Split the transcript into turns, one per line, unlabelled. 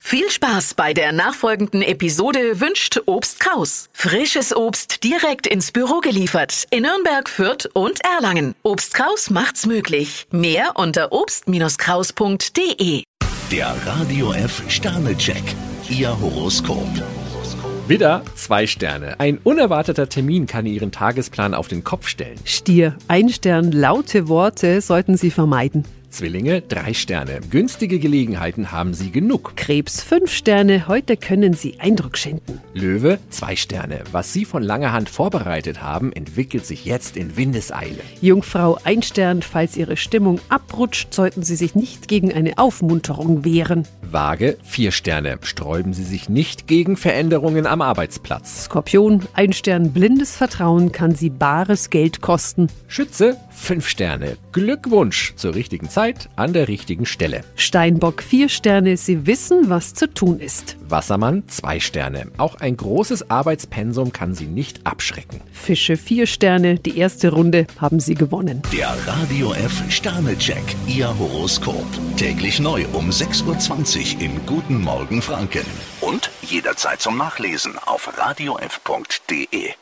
Viel Spaß bei der nachfolgenden Episode wünscht Obst Kraus. Frisches Obst direkt ins Büro geliefert in Nürnberg, Fürth und Erlangen. Obst Kraus macht's möglich. Mehr unter obst-kraus.de.
Der Radio F Sternecheck. Ihr Horoskop.
Widder, zwei Sterne. Ein unerwarteter Termin kann Ihren Tagesplan auf den Kopf stellen.
Stier, ein Stern, laute Worte sollten Sie vermeiden.
Zwillinge, drei Sterne. Günstige Gelegenheiten haben Sie genug.
Krebs, fünf Sterne, heute können Sie Eindruck schinden.
Löwe, zwei Sterne. Was Sie von langer Hand vorbereitet haben, entwickelt sich jetzt in Windeseile.
Jungfrau, ein Stern, falls Ihre Stimmung abrutscht, sollten Sie sich nicht gegen eine Aufmunterung wehren.
Waage, vier Sterne. Sträuben Sie sich nicht gegen Veränderungen am Arbeitsplatz.
Skorpion, ein Stern, blindes Vertrauen kann Sie bares Geld kosten.
Schütze, fünf Sterne. Glückwunsch zur richtigen Zeit an der richtigen Stelle.
Steinbock, vier Sterne, Sie wissen, was zu tun ist.
Wassermann, zwei Sterne. Auch ein großes Arbeitspensum kann Sie nicht abschrecken.
Fische, vier Sterne, die erste Runde haben Sie gewonnen.
Der Radio F Sternecheck. Ihr Horoskop. Täglich neu um 6.20 Uhr im Guten Morgen Franken. Und jederzeit zum Nachlesen auf radiof.de.